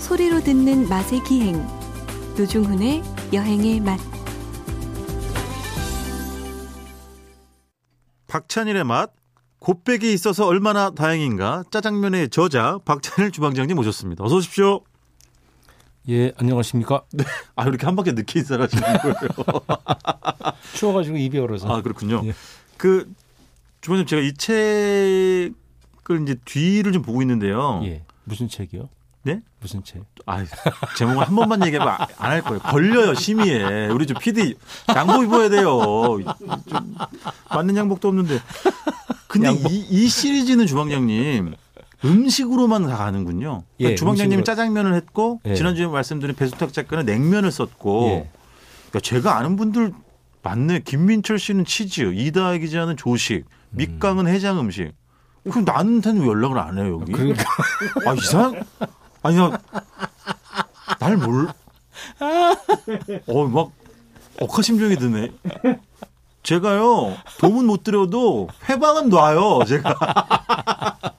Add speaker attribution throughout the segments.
Speaker 1: 소리로 듣는 맛의 기행 노중훈의 여행의 맛
Speaker 2: 박찬일의 맛 곱빼기 있어서 얼마나 다행인가 짜장면의 저자 박찬일 주방장님 모셨습니다. 어서 오십시오.
Speaker 3: 예, 안녕하십니까.
Speaker 2: 아 이렇게 한 바퀴 늦게 인사하시는 거예요.
Speaker 3: 추워가지고 입이 얼어서.
Speaker 2: 아 그렇군요.
Speaker 3: 예.
Speaker 2: 그 주방장님 제가 이 책을 이제 뒤를 좀 보고 있는데요.
Speaker 3: 예. 무슨 책이요?
Speaker 2: 네?
Speaker 3: 무슨 책?
Speaker 2: 아 제목을 한 번만 얘기하면 안 할 거예요. 걸려요 심의에. 우리 좀 PD 양복 입어야 돼요. 좀 맞는 양복도 없는데. 근데 이, 이 시리즈는 주방장님 음식으로만 다 가는군요. 그러니까
Speaker 3: 예,
Speaker 2: 주방장님이
Speaker 3: 음식으로.
Speaker 2: 짜장면을 했고
Speaker 3: 예.
Speaker 2: 지난주에 말씀드린 배수탁 작가는 냉면을 썼고.
Speaker 3: 예.
Speaker 2: 그러니까 제가 아는 분들 많네. 김민철 씨는 치즈, 이다혜 기자는
Speaker 3: 음.
Speaker 2: 조식, 밑강은 해장 음식. 그럼 나한테는 왜 연락을 안 해요 여기?
Speaker 3: 그러니까
Speaker 2: 아 이상 아니야 날몰 어막 억하심정이 드네 제가요 도움은 못 드려도 회방은 놔요 제가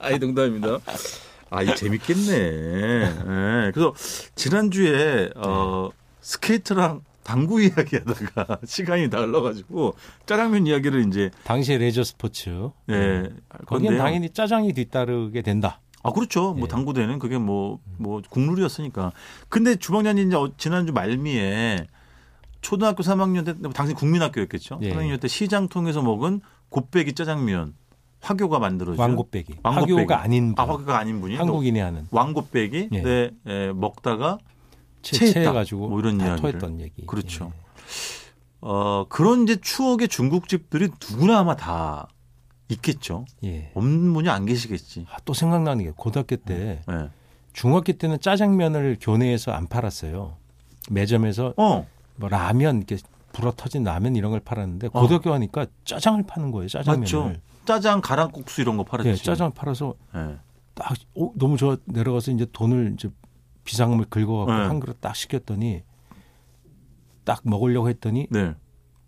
Speaker 2: 아이 농담입니다 아이 재밌겠네 예, 그래서 지난주에 어 스케이트랑 당구 이야기하다가 시간이 날라가지고 짜장면 이야기를 이제
Speaker 3: 당시의 레저 스포츠.
Speaker 2: 예, 할
Speaker 3: 거기는
Speaker 2: 건데요.
Speaker 3: 당연히 짜장이 뒤따르게 된다.
Speaker 2: 아 그렇죠. 뭐
Speaker 3: 예. 음.
Speaker 2: 당구대는 그게 뭐 뭐 국룰이었으니까. 근데 주방장님 이제 어- 지난주 말미에 초등학교 3학년 때뭐 당시 국민학교였겠죠.
Speaker 3: 예.
Speaker 2: 3학년 때 시장 통해서 먹은 곱빼기 짜장면 화교가 만들어진
Speaker 3: 왕곱빼기.
Speaker 2: 왕곱빼기.
Speaker 3: 학교가 아닌 분.
Speaker 2: 아 화교가 아닌 분이
Speaker 3: 한국인이 하는
Speaker 2: 왕곱빼기
Speaker 3: 예.
Speaker 2: 네, 예, 먹다가
Speaker 3: 체-
Speaker 2: 체했다.
Speaker 3: 체해가지고
Speaker 2: 뭐 이런
Speaker 3: 다
Speaker 2: 이야기를.
Speaker 3: 토했던 얘기.
Speaker 2: 그렇죠. 어 그런 이제 추억의 중국집들이 누구나 아마 다 있겠죠.
Speaker 3: 예. 예.
Speaker 2: 없는 분이 안 계시겠지.
Speaker 3: 아, 또 생각나는 게 고등학교 때
Speaker 2: 예.
Speaker 3: 중학교 때는 짜장면을 교내에서 안 팔았어요. 매점에서
Speaker 2: 어
Speaker 3: 뭐 라면 이렇게 불어 터진 라면 이런 걸 팔았는데
Speaker 2: 어.
Speaker 3: 고등학교 하니까 짜장을 파는 거예요. 짜장면을.
Speaker 2: 맞죠. 짜장 가랑국수 이런 거 팔았지.
Speaker 3: 예, 짜장을 팔아서
Speaker 2: 예.
Speaker 3: 딱 어, 너무 저 내려가서 이제 돈을 이제 비상금을 긁어갖고
Speaker 2: 네.
Speaker 3: 한 그릇 딱 시켰더니 딱 먹으려고 했더니
Speaker 2: 네.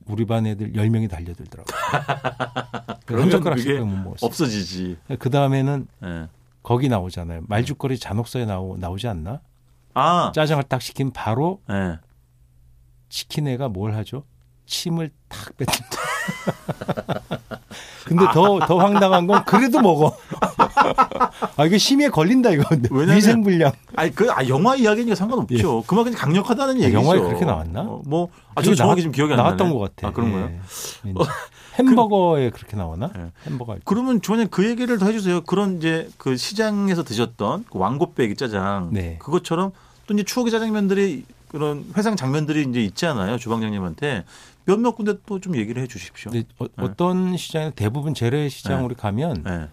Speaker 3: 우리 반 애들 10명이 달려들더라고요.
Speaker 2: 그러면
Speaker 3: 한 젓가락씩
Speaker 2: 그게
Speaker 3: 그냥 못 먹었어요.
Speaker 2: 없어지지.
Speaker 3: 그 다음에는
Speaker 2: 예.
Speaker 3: 거기 나오잖아요. 말죽거리 잔혹사에 나오, 나오지 않나?
Speaker 2: 아,
Speaker 3: 짜장을 딱 시키면 바로
Speaker 2: 예.
Speaker 3: 치킨 애가 뭘 하죠? 침을 탁 뱉는다. 근데 더, 더 황당한 건 그래도 먹어. 아, 이거 심의에 걸린다, 이거.
Speaker 2: 왜냐면-
Speaker 3: 위생불량.
Speaker 2: 아니 그 아, 영화 이야기니까 상관없죠. 그만큼 강력하다는 얘기죠.
Speaker 3: 예. 아, 영화에 그렇게 나왔나?
Speaker 2: 어, 뭐, 아, 저 정확히
Speaker 3: 그게 나왔-
Speaker 2: 지금 기억이 안 나네.
Speaker 3: 나왔던 것 같아.
Speaker 2: 아, 그런 거예요?
Speaker 3: 예. 왠지. 햄버거에 그렇게 나오나?
Speaker 2: 예.
Speaker 3: 햄버거. 할 때.
Speaker 2: 그러면 조원님 그 얘기를 더 해주세요. 그런 이제 그 시장에서 드셨던 그 왕곱빼기 짜장.
Speaker 3: 네.
Speaker 2: 그것처럼 또 이제 추억의 짜장면들이 그런 회상 장면들이 이제 있잖아요. 주방장님한테 몇몇 군데 또 좀 얘기를 해 주십시오.
Speaker 3: 근데 어, 어떤 시장에 대부분 재래 시장으로 가면
Speaker 2: 예.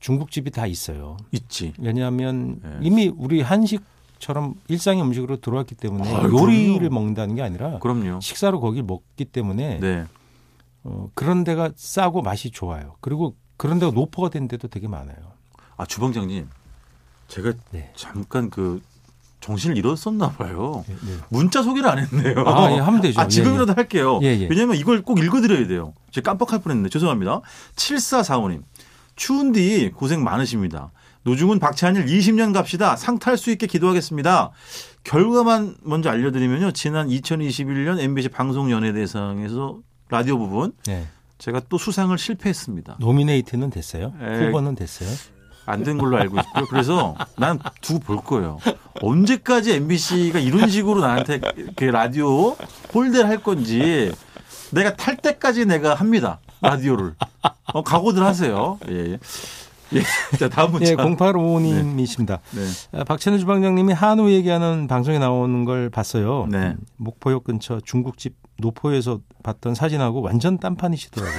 Speaker 3: 중국집이 다 있어요.
Speaker 2: 있지.
Speaker 3: 왜냐하면
Speaker 2: 예.
Speaker 3: 이미 우리 한식처럼 일상의 음식으로 들어왔기 때문에
Speaker 2: 아,
Speaker 3: 요리를
Speaker 2: 그럼요.
Speaker 3: 먹는다는 게 아니라
Speaker 2: 그럼요.
Speaker 3: 식사로 거길 먹기 때문에
Speaker 2: 네.
Speaker 3: 어, 그런 데가 싸고 맛이 좋아요. 그리고 그런 데가 노포가 된 데도 되게 많아요.
Speaker 2: 아 주방장님, 제가
Speaker 3: 네.
Speaker 2: 잠깐 그 정신을 잃었었나 봐요.
Speaker 3: 예, 예.
Speaker 2: 문자 소개를 안 했네요.
Speaker 3: 아, 예, 하면 되죠.
Speaker 2: 아, 지금이라도 할게요.
Speaker 3: 예, 예.
Speaker 2: 왜냐면 이걸 꼭 읽어드려야 돼요. 제가 깜빡할 뻔했는데 죄송합니다. 7445님. 추운 뒤 고생 많으십니다. 노중훈 박찬일 20년 갑시다. 상탈 수 있게 기도하겠습니다. 결과만 먼저 알려드리면요. 지난 2021년 MBC 방송연예대상에서 라디오 부분
Speaker 3: 예.
Speaker 2: 제가 또 수상을 실패했습니다.
Speaker 3: 노미네이트는 됐어요.
Speaker 2: 예.
Speaker 3: 후보는 됐어요.
Speaker 2: 안 된 걸로 알고 있고요. 그래서 난 두고 볼 거예요. 언제까지 MBC가 이런 식으로 나한테 그 라디오 홀대를 할 건지 내가 탈 때까지 내가 합니다. 라디오를. 어, 각오들 하세요. 예. 예. 예. 자, 다음 문자.
Speaker 3: 예, 0855님이십니다.
Speaker 2: 네.
Speaker 3: 아, 박찬일 주방장님이 한우 얘기하는 방송에 나오는 걸 봤어요.
Speaker 2: 네.
Speaker 3: 음, 목포역 근처 중국집 노포에서 봤던 사진하고 완전 딴판이시더라고요.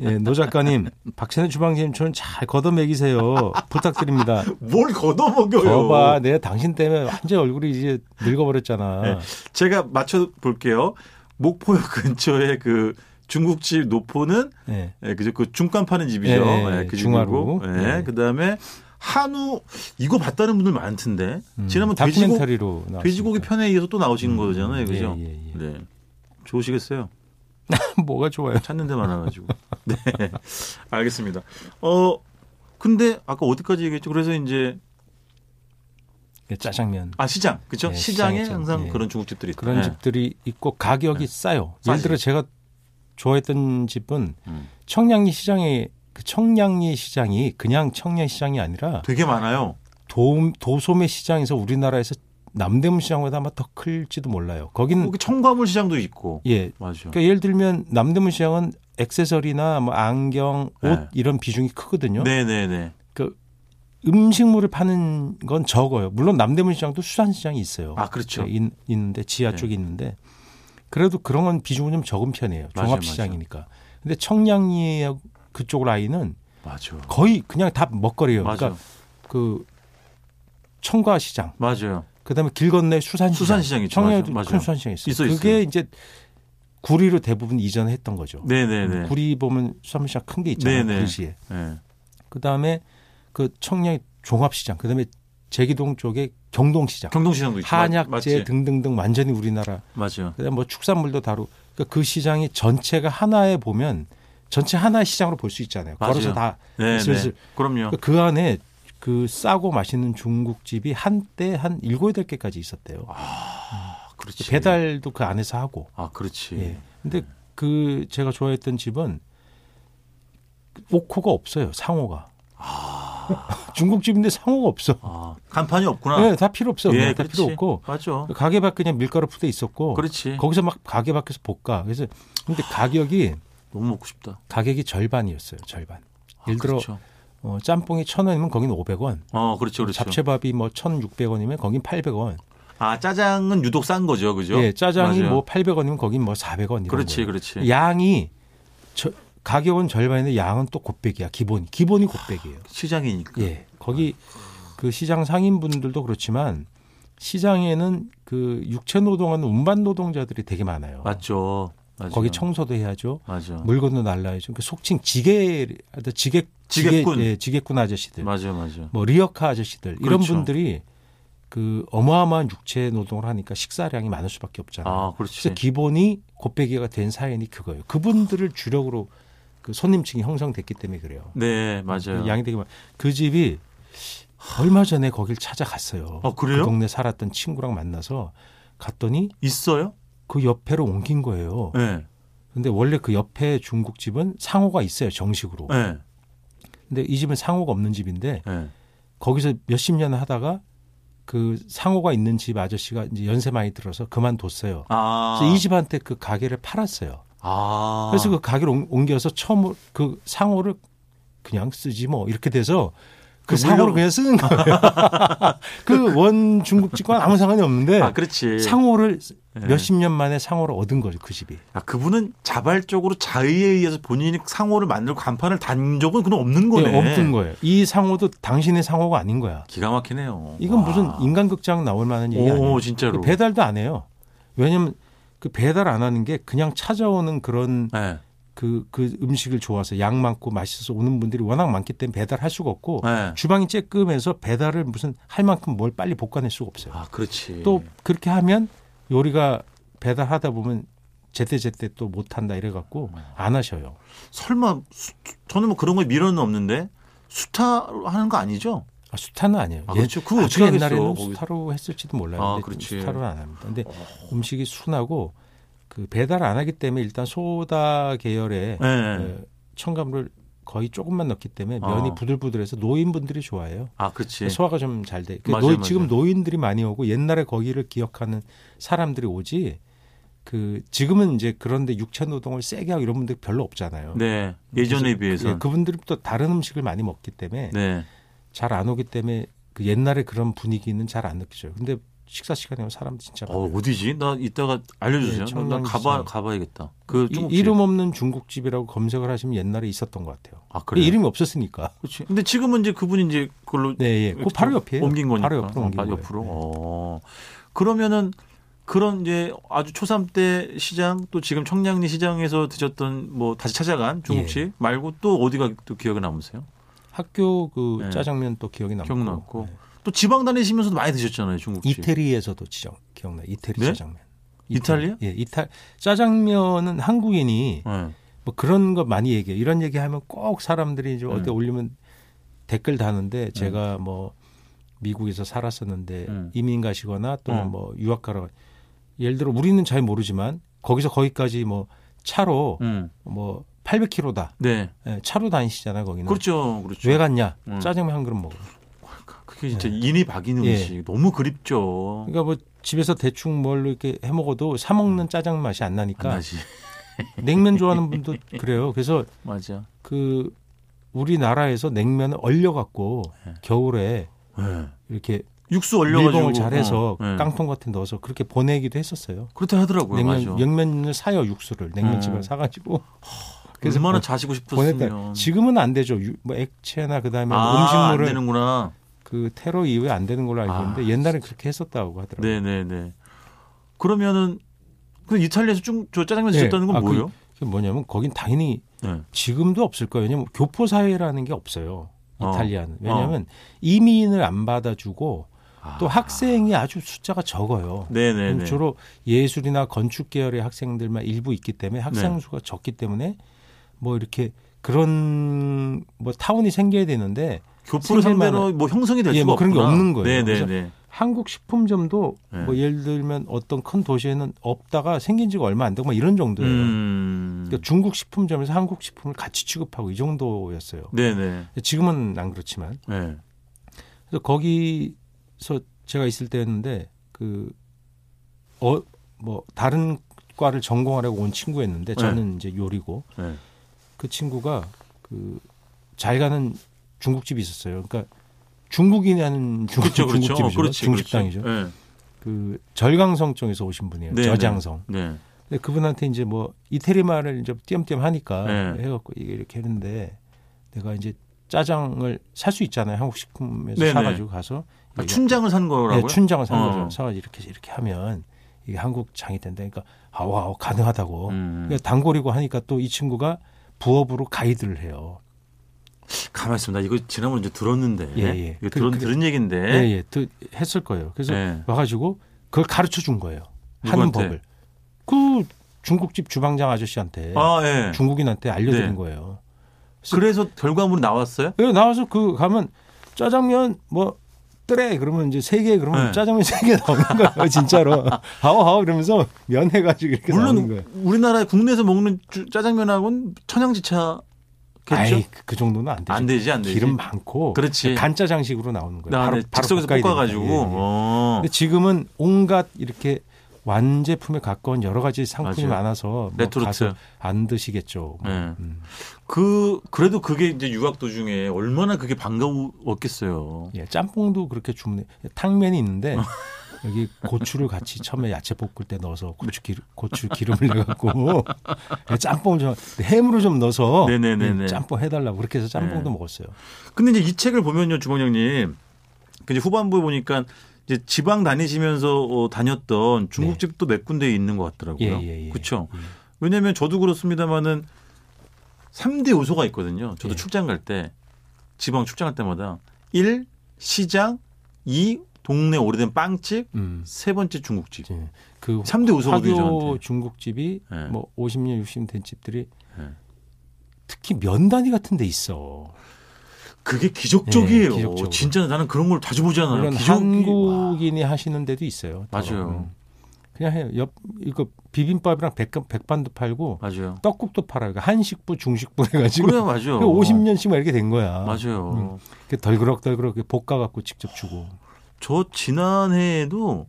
Speaker 3: 예, 노 작가님, 박찬일 주방장님처럼 잘 걷어매기세요. 부탁드립니다.
Speaker 2: 뭘 걷어먹여요.
Speaker 3: 거봐, 내 당신 때문에 완전 얼굴이 이제 늙어버렸잖아.
Speaker 2: 네. 제가 맞춰 볼게요. 목포역 근처에 그 중국집 노포는
Speaker 3: 네.
Speaker 2: 예, 그죠. 그 중간 파는 집이죠.
Speaker 3: 예, 예,
Speaker 2: 예, 그
Speaker 3: 중화로.
Speaker 2: 집이고. 예,
Speaker 3: 예.
Speaker 2: 그다음에 한우 이거 봤다는 분들 많던데.
Speaker 3: 음,
Speaker 2: 지난번 돼지고,
Speaker 3: 다큐멘터리로 나왔
Speaker 2: 돼지고기 편에 이어서 또 나오시는 거잖아요. 그죠?
Speaker 3: 예, 예, 예.
Speaker 2: 네. 좋으시겠어요.
Speaker 3: 뭐가 좋아요?
Speaker 2: 찾는 데 많아 가지고. 네. 알겠습니다. 어 근데 아까 어디까지 얘기했죠? 그래서 이제
Speaker 3: 예, 짜장면
Speaker 2: 아 시장 그렇죠?
Speaker 3: 네,
Speaker 2: 시장에
Speaker 3: 시장이죠.
Speaker 2: 항상
Speaker 3: 네.
Speaker 2: 그런 중국집들이 있다.
Speaker 3: 그런
Speaker 2: 네.
Speaker 3: 집들이 있고 가격이 싸요. 예를
Speaker 2: 싸지.
Speaker 3: 들어 제가 좋아했던 집은
Speaker 2: 음.
Speaker 3: 청량리 시장에 그 청량리 시장이 그냥 청량 시장이 아니라
Speaker 2: 되게 많아요.
Speaker 3: 도, 도소매 시장에서 우리나라에서 남대문 시장보다 아마 더 클지도 몰라요. 거긴
Speaker 2: 거기 뭐 청과물 시장도 있고
Speaker 3: 예.
Speaker 2: 맞아요.
Speaker 3: 그러니까 예를 들면 남대문 시장은 액세서리나 뭐 안경, 옷
Speaker 2: 네.
Speaker 3: 이런 비중이 크거든요.
Speaker 2: 네네네.
Speaker 3: 그 음식물을 파는 건 적어요. 물론 남대문 시장도 수산 시장이 있어요.
Speaker 2: 아 그렇죠.
Speaker 3: 예, 있, 있는데 지하
Speaker 2: 네.
Speaker 3: 쪽에 있는데 그래도 그런 건 비중은 좀 적은 편이에요.
Speaker 2: 맞아요,
Speaker 3: 종합 시장이니까. 근데 청량리 그쪽 라인은
Speaker 2: 맞아.
Speaker 3: 거의 그냥 다 먹거리예요.
Speaker 2: 맞아.
Speaker 3: 그러니까 그 청과 시장,
Speaker 2: 맞아요.
Speaker 3: 그다음에 길 건너에 수산 시장,
Speaker 2: 수산시장이죠.
Speaker 3: 청량리도
Speaker 2: 맞아요,
Speaker 3: 큰
Speaker 2: 맞아요.
Speaker 3: 수산 시장이 있어요.
Speaker 2: 있어요,
Speaker 3: 그게 이제 구리로 대부분 이전했던 거죠.
Speaker 2: 네네네.
Speaker 3: 음, 구리 보면 수산 시장 큰 게 있잖아요. 그
Speaker 2: 네네.
Speaker 3: 구리시에.
Speaker 2: 네.
Speaker 3: 그다음에 그 청량리 종합 시장, 그다음에 제기동 쪽에 경동 시장,
Speaker 2: 경동시장도 있죠.
Speaker 3: 한약재
Speaker 2: 맞지?
Speaker 3: 등등등 완전히 우리나라
Speaker 2: 맞아요.
Speaker 3: 그다음 뭐 축산물도 다루. 그러니까 그 시장이 전체가 하나에 보면 전체 하나의 시장으로 볼 수 있잖아요.
Speaker 2: 맞아요.
Speaker 3: 걸어서 다.
Speaker 2: 네,
Speaker 3: 슬슬.
Speaker 2: 네. 그럼요.
Speaker 3: 그러니까 그 안에 그 싸고 맛있는 중국집이 한때 한 일곱 여덟 개까지 있었대요.
Speaker 2: 아, 그렇지.
Speaker 3: 배달도 그 안에서 하고.
Speaker 2: 아, 그렇지.
Speaker 3: 예. 근데 그 제가 좋아했던 집은 옥호가 없어요. 상호가. 중국집인데 상호가 없어.
Speaker 2: 아, 간판이 없구나.
Speaker 3: 예, 다 필요 없어.
Speaker 2: 예,
Speaker 3: 다 필요 없고
Speaker 2: 맞죠.
Speaker 3: 가게 밖 그냥 밀가루 푸대 있었고
Speaker 2: 그렇지.
Speaker 3: 거기서 막 가게 밖에서 볶아. 그래서 근데 가격이
Speaker 2: 너무 먹고 싶다.
Speaker 3: 가격이 절반이었어요. 절반. 예를 들어
Speaker 2: 그렇죠.
Speaker 3: 어, 짬뽕이 1,000원이면 거긴 500원.
Speaker 2: 어, 그렇죠, 그렇죠.
Speaker 3: 잡채밥이 뭐 1,600원이면 거긴 800원.
Speaker 2: 아, 짜장은 유독 싼 거죠, 그죠?
Speaker 3: 예, 짜장이
Speaker 2: 맞아요.
Speaker 3: 뭐 800원이면 거긴 뭐 400원 이런
Speaker 2: 그렇지,
Speaker 3: 거예요.
Speaker 2: 그렇지.
Speaker 3: 양이 저, 가격은 절반인데 양은 또 곱빼기야. 기본. 기본이 곱빼기예요.
Speaker 2: 시장이니까.
Speaker 3: 예. 거기 그 시장 상인분들도 그렇지만 시장에는 그 육체 노동하는 운반 노동자들이 되게 많아요.
Speaker 2: 맞죠. 맞아요.
Speaker 3: 거기 청소도 해야죠.
Speaker 2: 맞아.
Speaker 3: 물건도 날라야죠. 그 속칭 지게 하여튼 지게
Speaker 2: 지게꾼.
Speaker 3: 지게, 예, 지게꾼 아저씨들.
Speaker 2: 맞아요, 맞아요.
Speaker 3: 뭐 리어카 아저씨들 이런
Speaker 2: 그렇죠.
Speaker 3: 분들이 그 어마어마한 육체 노동을 하니까 식사량이 많을 수밖에 없잖아요.
Speaker 2: 아,
Speaker 3: 그래서
Speaker 2: 그렇지.
Speaker 3: 기본이 곱빼기가 된 사연이 그거예요. 그분들을 주력으로 그 손님층이 형성됐기 때문에 그래요.
Speaker 2: 네, 맞아요.
Speaker 3: 양이 되게 많. 그 집이 얼마 전에 거길 찾아갔어요.
Speaker 2: 아, 그래요?
Speaker 3: 그 동네 살았던 친구랑 만나서 갔더니
Speaker 2: 있어요?
Speaker 3: 그 옆에로 옮긴 거예요.
Speaker 2: 네.
Speaker 3: 근데 원래 그 옆에 중국집은 상호가 있어요, 정식으로.
Speaker 2: 네.
Speaker 3: 근데 이 집은 상호가 없는 집인데
Speaker 2: 네.
Speaker 3: 거기서 몇십 년 하다가 그 상호가 있는 집 아저씨가 이제 연세 많이 들어서 그만뒀어요.
Speaker 2: 아.
Speaker 3: 그래서 이 집한테 그 가게를 팔았어요.
Speaker 2: 아.
Speaker 3: 그래서 그 가게를 옮- 옮겨서 처음 그 상호를 그냥 쓰지 뭐 이렇게 돼서 그
Speaker 2: 그
Speaker 3: 상호를
Speaker 2: 물건-
Speaker 3: 그냥 쓰는 거예요. 그 원 중국집과 아무 상관이 없는데
Speaker 2: 아, 그렇지.
Speaker 3: 네. 상호를
Speaker 2: 네.
Speaker 3: 몇십 년 만에 상호를 얻은 거죠 그 집이.
Speaker 2: 아, 그분은 자발적으로 자의에 의해서 본인이 상호를 만들고 간판을 단 적은 그럼 없는 거네.
Speaker 3: 예, 얻은 거예요. 이 상호도 당신의 상호가 아닌 거야.
Speaker 2: 기가 막히네요.
Speaker 3: 이건
Speaker 2: 와.
Speaker 3: 무슨 인간극장 나올 만한 얘기 아니에요.
Speaker 2: 오, 진짜로.
Speaker 3: 그 배달도 안 해요. 왜냐면 그 배달 안 하는 게 그냥 찾아오는 그런
Speaker 2: 네.
Speaker 3: 그, 그 음식을 좋아서 양 많고 맛있어서 오는 분들이 워낙 많기 때문에 배달할 수가 없고
Speaker 2: 네.
Speaker 3: 주방이 쬐끔해서 배달을 무슨 할 만큼 뭘 빨리 볶아낼 수가 없어요.
Speaker 2: 아, 그렇지.
Speaker 3: 또 그렇게 하면 요리가 배달하다 보면 제때제때 또 못한다 이래갖고
Speaker 2: 음.
Speaker 3: 안 하셔요.
Speaker 2: 설마 수- 저는 뭐 그런 거에 미련은 없는데 수타로 하는 거 아니죠?
Speaker 3: 아, 수타는 아니에요.
Speaker 2: 아,
Speaker 3: 예-
Speaker 2: 그렇죠. 그거
Speaker 3: 아주
Speaker 2: 어떻게 하겠어,
Speaker 3: 옛날에는
Speaker 2: 거기.
Speaker 3: 수타로 했을지도 몰라요.
Speaker 2: 아,
Speaker 3: 근데
Speaker 2: 그렇지. 어.
Speaker 3: 수타로 안 합니다. 근데 음식이 순하고 그 배달 안 하기 때문에 일단 소다 계열의
Speaker 2: 네.
Speaker 3: 어, 첨가물을 거의 조금만 넣기 때문에 면이
Speaker 2: 아.
Speaker 3: 부들부들해서 노인분들이 좋아해요.
Speaker 2: 아, 그렇지.
Speaker 3: 소화가 좀 잘 돼. 그
Speaker 2: 맞아요,
Speaker 3: 노-
Speaker 2: 맞아요.
Speaker 3: 지금 노인들이 많이 오고 옛날에 거기를 기억하는 사람들이 오지. 그 지금은 이제 그런데 육체 노동을 세게 하고 이런 분들 별로 없잖아요.
Speaker 2: 네. 예전에
Speaker 3: 그래서
Speaker 2: 비해서.
Speaker 3: 예, 그분들이 또 다른 음식을 많이 먹기 때문에
Speaker 2: 네.
Speaker 3: 잘 안 오기 때문에 그 옛날에 그런 분위기는 잘 안 느끼죠. 근데 식사 시간에 오면 사람 진짜
Speaker 2: 어, 어디지? 나 이따가 알려주세요.
Speaker 3: 네,
Speaker 2: 나
Speaker 3: 청량
Speaker 2: 가봐
Speaker 3: 시장.
Speaker 2: 가봐야겠다. 그
Speaker 3: 이-
Speaker 2: 중국집.
Speaker 3: 이름 없는 중국집이라고 검색을 하시면 옛날에 있었던 것 같아요.
Speaker 2: 아 그래.
Speaker 3: 근데 이름이 없었으니까.
Speaker 2: 그렇지. 근데 지금은 이제 그분이 이제 그걸로
Speaker 3: 네, 예. 그 바로 옆에
Speaker 2: 옮긴 거니까.
Speaker 3: 바로 옆으로 옮긴
Speaker 2: 아,
Speaker 3: 거예요.
Speaker 2: 옆으로?
Speaker 3: 네.
Speaker 2: 어. 그러면은 그런 이제 아주 초삼 때 시장 또 지금 청량리 시장에서 드셨던 뭐 다시 찾아간 중국집
Speaker 3: 예.
Speaker 2: 말고 또 어디가 또 기억에 남으세요?
Speaker 3: 학교 그
Speaker 2: 네.
Speaker 3: 짜장면 또 기억이 남고.
Speaker 2: 기억나고.
Speaker 3: 네.
Speaker 2: 또 지방 다니시면서도 많이 드셨잖아요 중국집.
Speaker 3: 이태리에서도 지정 기억나. 요 이태리
Speaker 2: 네?
Speaker 3: 짜장면.
Speaker 2: 이탈리아?
Speaker 3: 예, 이탈 짜장면은 한국인이
Speaker 2: 네.
Speaker 3: 뭐 그런 거 많이 얘기해요. 이런 얘기 하면 꼭 사람들이 이제 어디
Speaker 2: 음.
Speaker 3: 올리면 댓글 다는데 제가 뭐 미국에서 살았었는데
Speaker 2: 음.
Speaker 3: 이민 가시거나 또는
Speaker 2: 음.
Speaker 3: 뭐 유학 가러 예를 들어 우리는 잘 모르지만 거기서 거기까지 뭐 차로
Speaker 2: 음.
Speaker 3: 뭐 800km다. 예,
Speaker 2: 네.
Speaker 3: 차로 다니시잖아요, 거기는.
Speaker 2: 그렇죠. 그렇죠.
Speaker 3: 왜 갔냐?
Speaker 2: 음.
Speaker 3: 짜장면 한 그릇 먹어.
Speaker 2: 그게 진짜 인이 박이는
Speaker 3: 예.
Speaker 2: 음식. 너무 그립죠.
Speaker 3: 그러니까 뭐 집에서 대충 뭘로 이렇게 해 먹어도 사 먹는 짜장면 맛이
Speaker 2: 음.
Speaker 3: 안
Speaker 2: 안
Speaker 3: 나니까
Speaker 2: 나지.
Speaker 3: 냉면 좋아하는 분도 그래요. 그래서
Speaker 2: 맞아.
Speaker 3: 그 우리나라에서 냉면을 얼려 갖고
Speaker 2: 네.
Speaker 3: 겨울에
Speaker 2: 예.
Speaker 3: 이렇게
Speaker 2: 육수 얼려가지고
Speaker 3: 밀봉을 잘해서
Speaker 2: 어, 예.
Speaker 3: 깡통 같은 데 넣어서 그렇게 보내기도 했었어요.
Speaker 2: 그렇다 하더라고요.
Speaker 3: 냉면
Speaker 2: 맞아.
Speaker 3: 냉면을 사요 육수를 냉면집에
Speaker 2: 음.
Speaker 3: 서 사가지고
Speaker 2: 그래서 얼마나
Speaker 3: 뭐 보-
Speaker 2: 자시고 싶었으면.
Speaker 3: 보냈다. 지금은 안 되죠. 유- 뭐 액체나 그다음에 뭐
Speaker 2: 아, 안
Speaker 3: 음식물을
Speaker 2: 되는구나.
Speaker 3: 그 테러 이후에 안 되는 걸로 알고
Speaker 2: 아,
Speaker 3: 있는데 옛날에 그렇게 했었다고 하더라고요.
Speaker 2: 네네네. 그러면은 그 이탈리아에서 좀저 짜장면
Speaker 3: 네.
Speaker 2: 드셨다는 건
Speaker 3: 아, 그-
Speaker 2: 뭐예요?
Speaker 3: 그게 뭐냐면 거긴 당연히
Speaker 2: 네.
Speaker 3: 지금도 없을 거예요. 왜냐면 교포 사회라는 게 없어요.
Speaker 2: 어.
Speaker 3: 이탈리아는 왜냐하면 이민을 안 받아주고 또
Speaker 2: 아.
Speaker 3: 학생이 아주 숫자가 적어요.
Speaker 2: 네네네.
Speaker 3: 주로 예술이나 건축 계열의 학생들만 일부 있기 때문에 학생
Speaker 2: 네.
Speaker 3: 수가 적기 때문에 뭐 이렇게 그런 뭐 타운이 생겨야 되는데
Speaker 2: 교포를
Speaker 3: 생길만한-
Speaker 2: 상대로 뭐 형성이 될
Speaker 3: 예,
Speaker 2: 수가
Speaker 3: 뭐 그런 게
Speaker 2: 없구나.
Speaker 3: 없는 거예요.
Speaker 2: 네네네.
Speaker 3: 한국 식품점도
Speaker 2: 네.
Speaker 3: 뭐 예를 들면 어떤 큰 도시에는 없다가 생긴 지가 얼마 안 되고 막 이런 정도예요.
Speaker 2: 음.
Speaker 3: 그러니까 중국 식품점에서 한국 식품을 같이 취급하고 이 정도였어요.
Speaker 2: 그 네네.
Speaker 3: 지금은 안 그렇지만
Speaker 2: 네.
Speaker 3: 그래서 거기서 제가 있을 때였는데 그 그어뭐 다른 과를 전공하려고 온 친구였는데 저는 이제 요리고
Speaker 2: 네.
Speaker 3: 그 친구가 그 잘 가는 중국집이 있었어요. 그러니까 중국인이라는 중국,
Speaker 2: 그렇죠, 그렇죠.
Speaker 3: 중국집이죠.
Speaker 2: 그렇지,
Speaker 3: 중식당이죠.
Speaker 2: 그렇죠.
Speaker 3: 그 절강성 쪽에서 오신 분이에요.
Speaker 2: 네,
Speaker 3: 저장성.
Speaker 2: 네. 네.
Speaker 3: 근데 그분한테 이제 뭐 이태리 말을 이제 띄엄띄엄 하니까
Speaker 2: 네.
Speaker 3: 해갖고 이게 이렇게 했는데 내가 이제 짜장을 살 수 있잖아요. 한국 식품에서
Speaker 2: 네네.
Speaker 3: 사가지고 가서
Speaker 2: 아, 춘장을 산 거라고요?
Speaker 3: 네, 춘장을 산
Speaker 2: 어.
Speaker 3: 거죠. 사가지고 이렇게 이렇게 하면 이게 한국 장이 된다니까 그러니까 아우 아우 가능하다고.
Speaker 2: 음.
Speaker 3: 그러니까 단골이고 하니까 또 이 친구가 부업으로 가이드를 해요.
Speaker 2: 가만 있습니다. 이거 지난번에 이제 들었는데.
Speaker 3: 예, 예.
Speaker 2: 이거
Speaker 3: 그-
Speaker 2: 들은,
Speaker 3: 그-
Speaker 2: 들은 얘기인데.
Speaker 3: 예, 예, 또 했을 거예요. 그래서
Speaker 2: 예.
Speaker 3: 와가지고 그걸 가르쳐 준 거예요. 하는
Speaker 2: 누구한테?
Speaker 3: 법을. 그 중국집 주방장 아저씨한테
Speaker 2: 아, 예.
Speaker 3: 중국인한테 알려드린
Speaker 2: 네.
Speaker 3: 거예요.
Speaker 2: 그래서 결과물 나왔어요?
Speaker 3: 예, 나와서 그 가면 짜장면 뭐 뜨래 그러면 이제 세 개 그러면
Speaker 2: 네.
Speaker 3: 짜장면 세 개 나오는 거예요 진짜로 하오 하오 이러면서 면 해가지고 이렇게 나오는 거예요.
Speaker 2: 물론 우리나라 국내에서 먹는 주- 짜장면하고는 천양지차겠죠?
Speaker 3: 아이 그- 그 정도는 안 되죠.
Speaker 2: 그렇죠? 안 되지, 안 되지.
Speaker 3: 기름 많고
Speaker 2: 그렇지.
Speaker 3: 간짜장식으로 나오는 거예요.
Speaker 2: 나
Speaker 3: 바로
Speaker 2: 안에
Speaker 3: 바로
Speaker 2: 즉석에서
Speaker 3: 볶아야
Speaker 2: 볶아가지고.
Speaker 3: 되니까. 예, 예.
Speaker 2: 어.
Speaker 3: 근데 지금은 온갖 이렇게 완제품에 가까운 여러 가지 상품이
Speaker 2: 맞아요.
Speaker 3: 많아서 뭐
Speaker 2: 레토르트.
Speaker 3: 가서 안 드시겠죠. 뭐.
Speaker 2: 예.
Speaker 3: 음.
Speaker 2: 그 그래도 그게 이제 유학 도중에 얼마나 그게 반가웠겠어요.
Speaker 3: 예, 짬뽕도 그렇게 주문해. 탕면이
Speaker 2: 어.
Speaker 3: 있는데 여기 고추를 같이 처음에 야채 볶을 때
Speaker 2: 네.
Speaker 3: 넣어서 고추 기름, 고추 기름을 내갖고 예, 짬뽕 좀 햄으로 좀 넣어서
Speaker 2: 네네네네.
Speaker 3: 예, 짬뽕 해달라고 그렇게 해서 짬뽕도
Speaker 2: 네.
Speaker 3: 먹었어요.
Speaker 2: 근데 이제 이 책을 보면요, 주방장님. 그 이제 후반부에 보니까 이제 지방 다니시면서 어, 다녔던 중국집도 몇 군데 있는 것 같더라고요.
Speaker 3: 네. 예, 예, 예.
Speaker 2: 그렇죠.
Speaker 3: 예.
Speaker 2: 왜냐하면 저도 그렇습니다만은 3대 요소가 있거든요. 저도
Speaker 3: 예.
Speaker 2: 출장 갈 때 지방 출장 갈 때마다 1. 시장 2. 동네 오래된 빵집
Speaker 3: 음.
Speaker 2: 세 번째 중국집.
Speaker 3: 예. 그
Speaker 2: 3대 요소거든요,
Speaker 3: 화교
Speaker 2: 저한테.
Speaker 3: 중국집이
Speaker 2: 예.
Speaker 3: 뭐 50년, 60년 된 집들이
Speaker 2: 예.
Speaker 3: 특히 면단위 같은 데 있어.
Speaker 2: 그게 기적적이에요.
Speaker 3: 예, 기적적으로.
Speaker 2: 진짜 나는 그런 걸 자주 보지 않아요.
Speaker 3: 물론
Speaker 2: 기적이-
Speaker 3: 한국인이 하시는 데도 있어요. 따로.
Speaker 2: 맞아요.
Speaker 3: 음. 그냥 해요. 옆 이거 비빔밥이랑 백, 백반도 팔고
Speaker 2: 와, 맞아요.
Speaker 3: 떡국도 팔아요. 그러니까 한식부, 중식부 해가지고
Speaker 2: 그래요, 맞아요.
Speaker 3: 50년씩 막 이렇게 된 거야.
Speaker 2: 맞아요.
Speaker 3: 음. 이렇게 덜그럭덜그럭 이렇게 볶아갖고 직접 주고.
Speaker 2: 저 지난해에도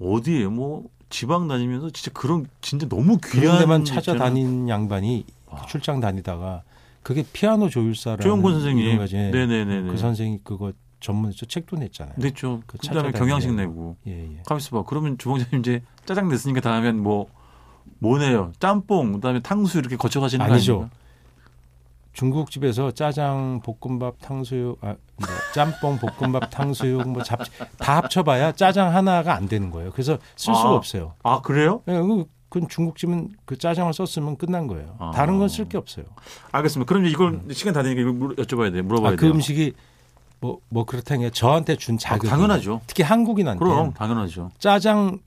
Speaker 2: 어디에 뭐 지방 다니면서 진짜 그런 진짜 너무 귀한
Speaker 3: 그런 데만
Speaker 2: 있잖아요.
Speaker 3: 찾아다닌 양반이
Speaker 2: 와.
Speaker 3: 출장 다니다가 그게 피아노 조율사라는
Speaker 2: 조영권 선생님.
Speaker 3: 이름까지
Speaker 2: 네네네네.
Speaker 3: 그 선생이 그거 전문에서 책도 냈잖아요.
Speaker 2: 냈죠.
Speaker 3: 그
Speaker 2: 그다음에
Speaker 3: 찾아다니는
Speaker 2: 경양식
Speaker 3: 거.
Speaker 2: 내고.
Speaker 3: 예, 예.
Speaker 2: 가만있어 봐. 그러면 주방장님 이제 짜장 냈으니까 다음엔 뭐 뭐네요. 짬뽕, 그다음에 탕수 이렇게 거쳐 가시는 거
Speaker 3: 아니죠.
Speaker 2: 아니죠?
Speaker 3: 중국집에서 짜장, 볶음밥, 탕수육, 아, 뭐 짬뽕, 볶음밥, 탕수육, 뭐 잡채 다 합쳐봐야 짜장 하나가 안 되는 거예요. 그래서 쓸 수가
Speaker 2: 아.
Speaker 3: 없어요.
Speaker 2: 아, 그래요?
Speaker 3: 예, 그- 그건 중국집은 그 짜장을 썼으면 끝난 거예요.
Speaker 2: 아.
Speaker 3: 다른 건 쓸 게 없어요.
Speaker 2: 알겠습니다. 그럼 이제 이걸 시간 다 되니까 이걸 물- 여쭤봐야 돼요. 물어봐야
Speaker 3: 아, 그
Speaker 2: 돼요.
Speaker 3: 음식이 뭐, 뭐 그렇다는 게 저한테 준
Speaker 2: 아,
Speaker 3: 자극.
Speaker 2: 당연하죠.
Speaker 3: 특히 한국인한테
Speaker 2: 그럼 당연하죠.
Speaker 3: 짜장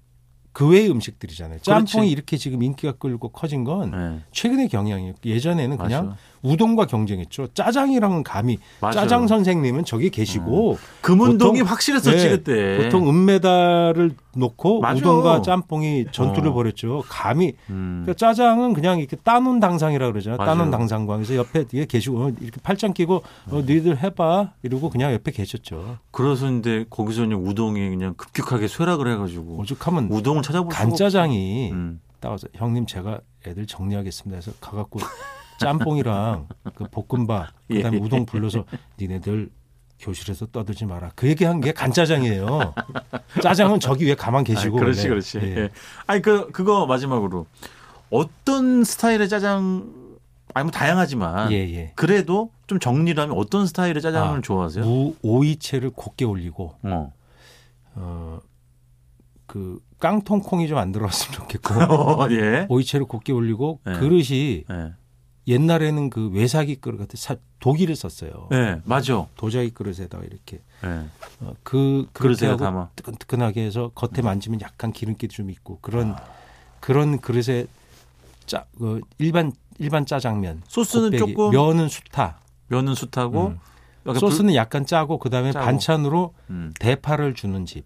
Speaker 3: 그 외의 음식들이잖아요. 짬뽕이
Speaker 2: 그렇지.
Speaker 3: 이렇게 지금 인기가 끌고 커진 건
Speaker 2: 네.
Speaker 3: 최근의 경향이에요. 예전에는 그냥
Speaker 2: 맞아요.
Speaker 3: 우동과 경쟁했죠. 짜장이랑은 감히
Speaker 2: 맞아요.
Speaker 3: 짜장 선생님은 저기 계시고
Speaker 2: 금운동이
Speaker 3: 보통-
Speaker 2: 확실했었지
Speaker 3: 네,
Speaker 2: 그때.
Speaker 3: 보통 은메달을 놓고
Speaker 2: 맞아.
Speaker 3: 우동과 짬뽕이 전투를
Speaker 2: 어.
Speaker 3: 벌였죠. 감히
Speaker 2: 음.
Speaker 3: 그러니까 짜장은 그냥 이렇게 따놓은 당상이라 그러잖아요.
Speaker 2: 맞아요.
Speaker 3: 따놓은 당상광. 그래서 옆에 이게 계시고 어, 이렇게 팔짱 끼고
Speaker 2: 음.
Speaker 3: 어, 너희들 해봐 이러고 그냥 옆에 계셨죠.
Speaker 2: 그래서 이제 거기서 이제 우동이 그냥 급격하게 쇠락을 해가지고
Speaker 3: 오죽하면
Speaker 2: 우동을 찾아볼 수가
Speaker 3: 음. 간짜장이
Speaker 2: 없- 음.
Speaker 3: 따와서 형님 제가 애들 정리하겠습니다 해서 가갖고 짬뽕이랑 그 볶음밥 그다음에
Speaker 2: 예.
Speaker 3: 우동 불러서 니네들 교실에서 떠들지 마라. 그 얘기한 게 간짜장이에요. 짜장은 저기 위에 가만 계시고.
Speaker 2: 아, 그렇지,
Speaker 3: 원래.
Speaker 2: 그렇지.
Speaker 3: 예.
Speaker 2: 예. 아니 그 그거 마지막으로 어떤 스타일의 짜장 아니 뭐 다양하지만
Speaker 3: 예, 예.
Speaker 2: 그래도 좀 정리를 하면 어떤 스타일의 짜장을
Speaker 3: 아,
Speaker 2: 좋아하세요?
Speaker 3: 무 오이채를 곱게 올리고
Speaker 2: 어.
Speaker 3: 어그 그 깡통콩이 좀 안 들어갔으면 좋겠고
Speaker 2: 어, 예.
Speaker 3: 오이채를 곱게 올리고
Speaker 2: 네.
Speaker 3: 그릇이
Speaker 2: 예.
Speaker 3: 옛날에는 그 외사기 그릇 같은 사- 독일을 썼어요.
Speaker 2: 예, 맞아.
Speaker 3: 도자기 그릇에다가 이렇게
Speaker 2: 예.
Speaker 3: 어, 그 그렇게
Speaker 2: 그릇에다
Speaker 3: 하고
Speaker 2: 담아. 음.
Speaker 3: 뜨끈뜨끈하게 해서 겉에 만지면 약간 기름기도 좀 있고 그런
Speaker 2: 아.
Speaker 3: 그런 그릇에 짜 그 일반 일반 짜장면
Speaker 2: 소스는
Speaker 3: 곱빼기,
Speaker 2: 조금
Speaker 3: 면은 수타
Speaker 2: 면은 숱하고
Speaker 3: 음.
Speaker 2: 약간
Speaker 3: 소스는 약간 짜고 그다음에
Speaker 2: 짜고.
Speaker 3: 반찬으로
Speaker 2: 불- 음.
Speaker 3: 대파를 주는 집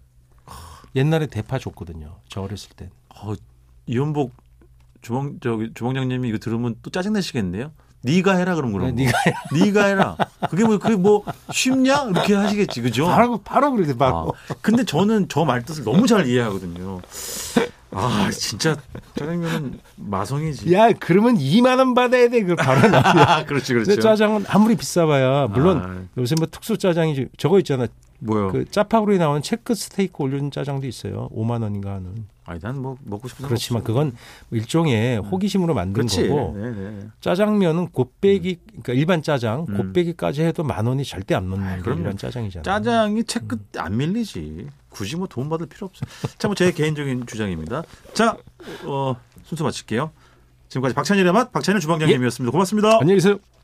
Speaker 3: 옛날에 대파 줬거든요 저 어렸을 때
Speaker 2: 어, 이현복 주방 저기 주방장님이 이거 들으면 또 짜증 내시겠네요. 네가 해라 그럼 그럼.
Speaker 3: 네가
Speaker 2: 네가 해라. 그게 뭐 그게 뭐 쉽냐 이렇게 하시겠지 그죠?
Speaker 3: 바로 바로 그래도 바로
Speaker 2: 어. 아, 근데 저는 저 말뜻을 너무 잘 이해하거든요. 아 진짜 짜장면은 마성이지.
Speaker 3: 야 그러면 2만 원 받아야 돼 그걸 바로 나
Speaker 2: 아, 그렇지
Speaker 3: 근데
Speaker 2: 그렇죠.
Speaker 3: 짜장은 아무리 비싸봐야 물론
Speaker 2: 아.
Speaker 3: 요새 뭐 특수 짜장이지 저거 있잖아
Speaker 2: 뭐요?
Speaker 3: 그 짜파구리 나오는 체크 스테이크 올려준 짜장도 있어요 5만 원인가 하는
Speaker 2: 아니 난 뭐 먹고 싶은
Speaker 3: 그렇지만 그건 뭐 일종의 호기심으로 만든
Speaker 2: 네. 그렇지.
Speaker 3: 거고 음.
Speaker 2: 네, 네.
Speaker 3: 짜장면은 곱빼기 그러니까 일반 짜장
Speaker 2: 음.
Speaker 3: 곱빼기까지 해도 만 원이 절대 안
Speaker 2: 아이,
Speaker 3: 넘는 게
Speaker 2: 그럼요.
Speaker 3: 일반 짜장이잖아요.
Speaker 2: 짜장이 채끝
Speaker 3: 음.
Speaker 2: 안 밀리지. 굳이 뭐 도움 받을 필요 없어요. 자, 뭐 제 개인적인 주장입니다. 자, 어, 순서 마칠게요. 지금까지 박찬일의 맛 박찬일 주방장님이었습니다. 고맙습니다.
Speaker 3: 안녕히 계세요.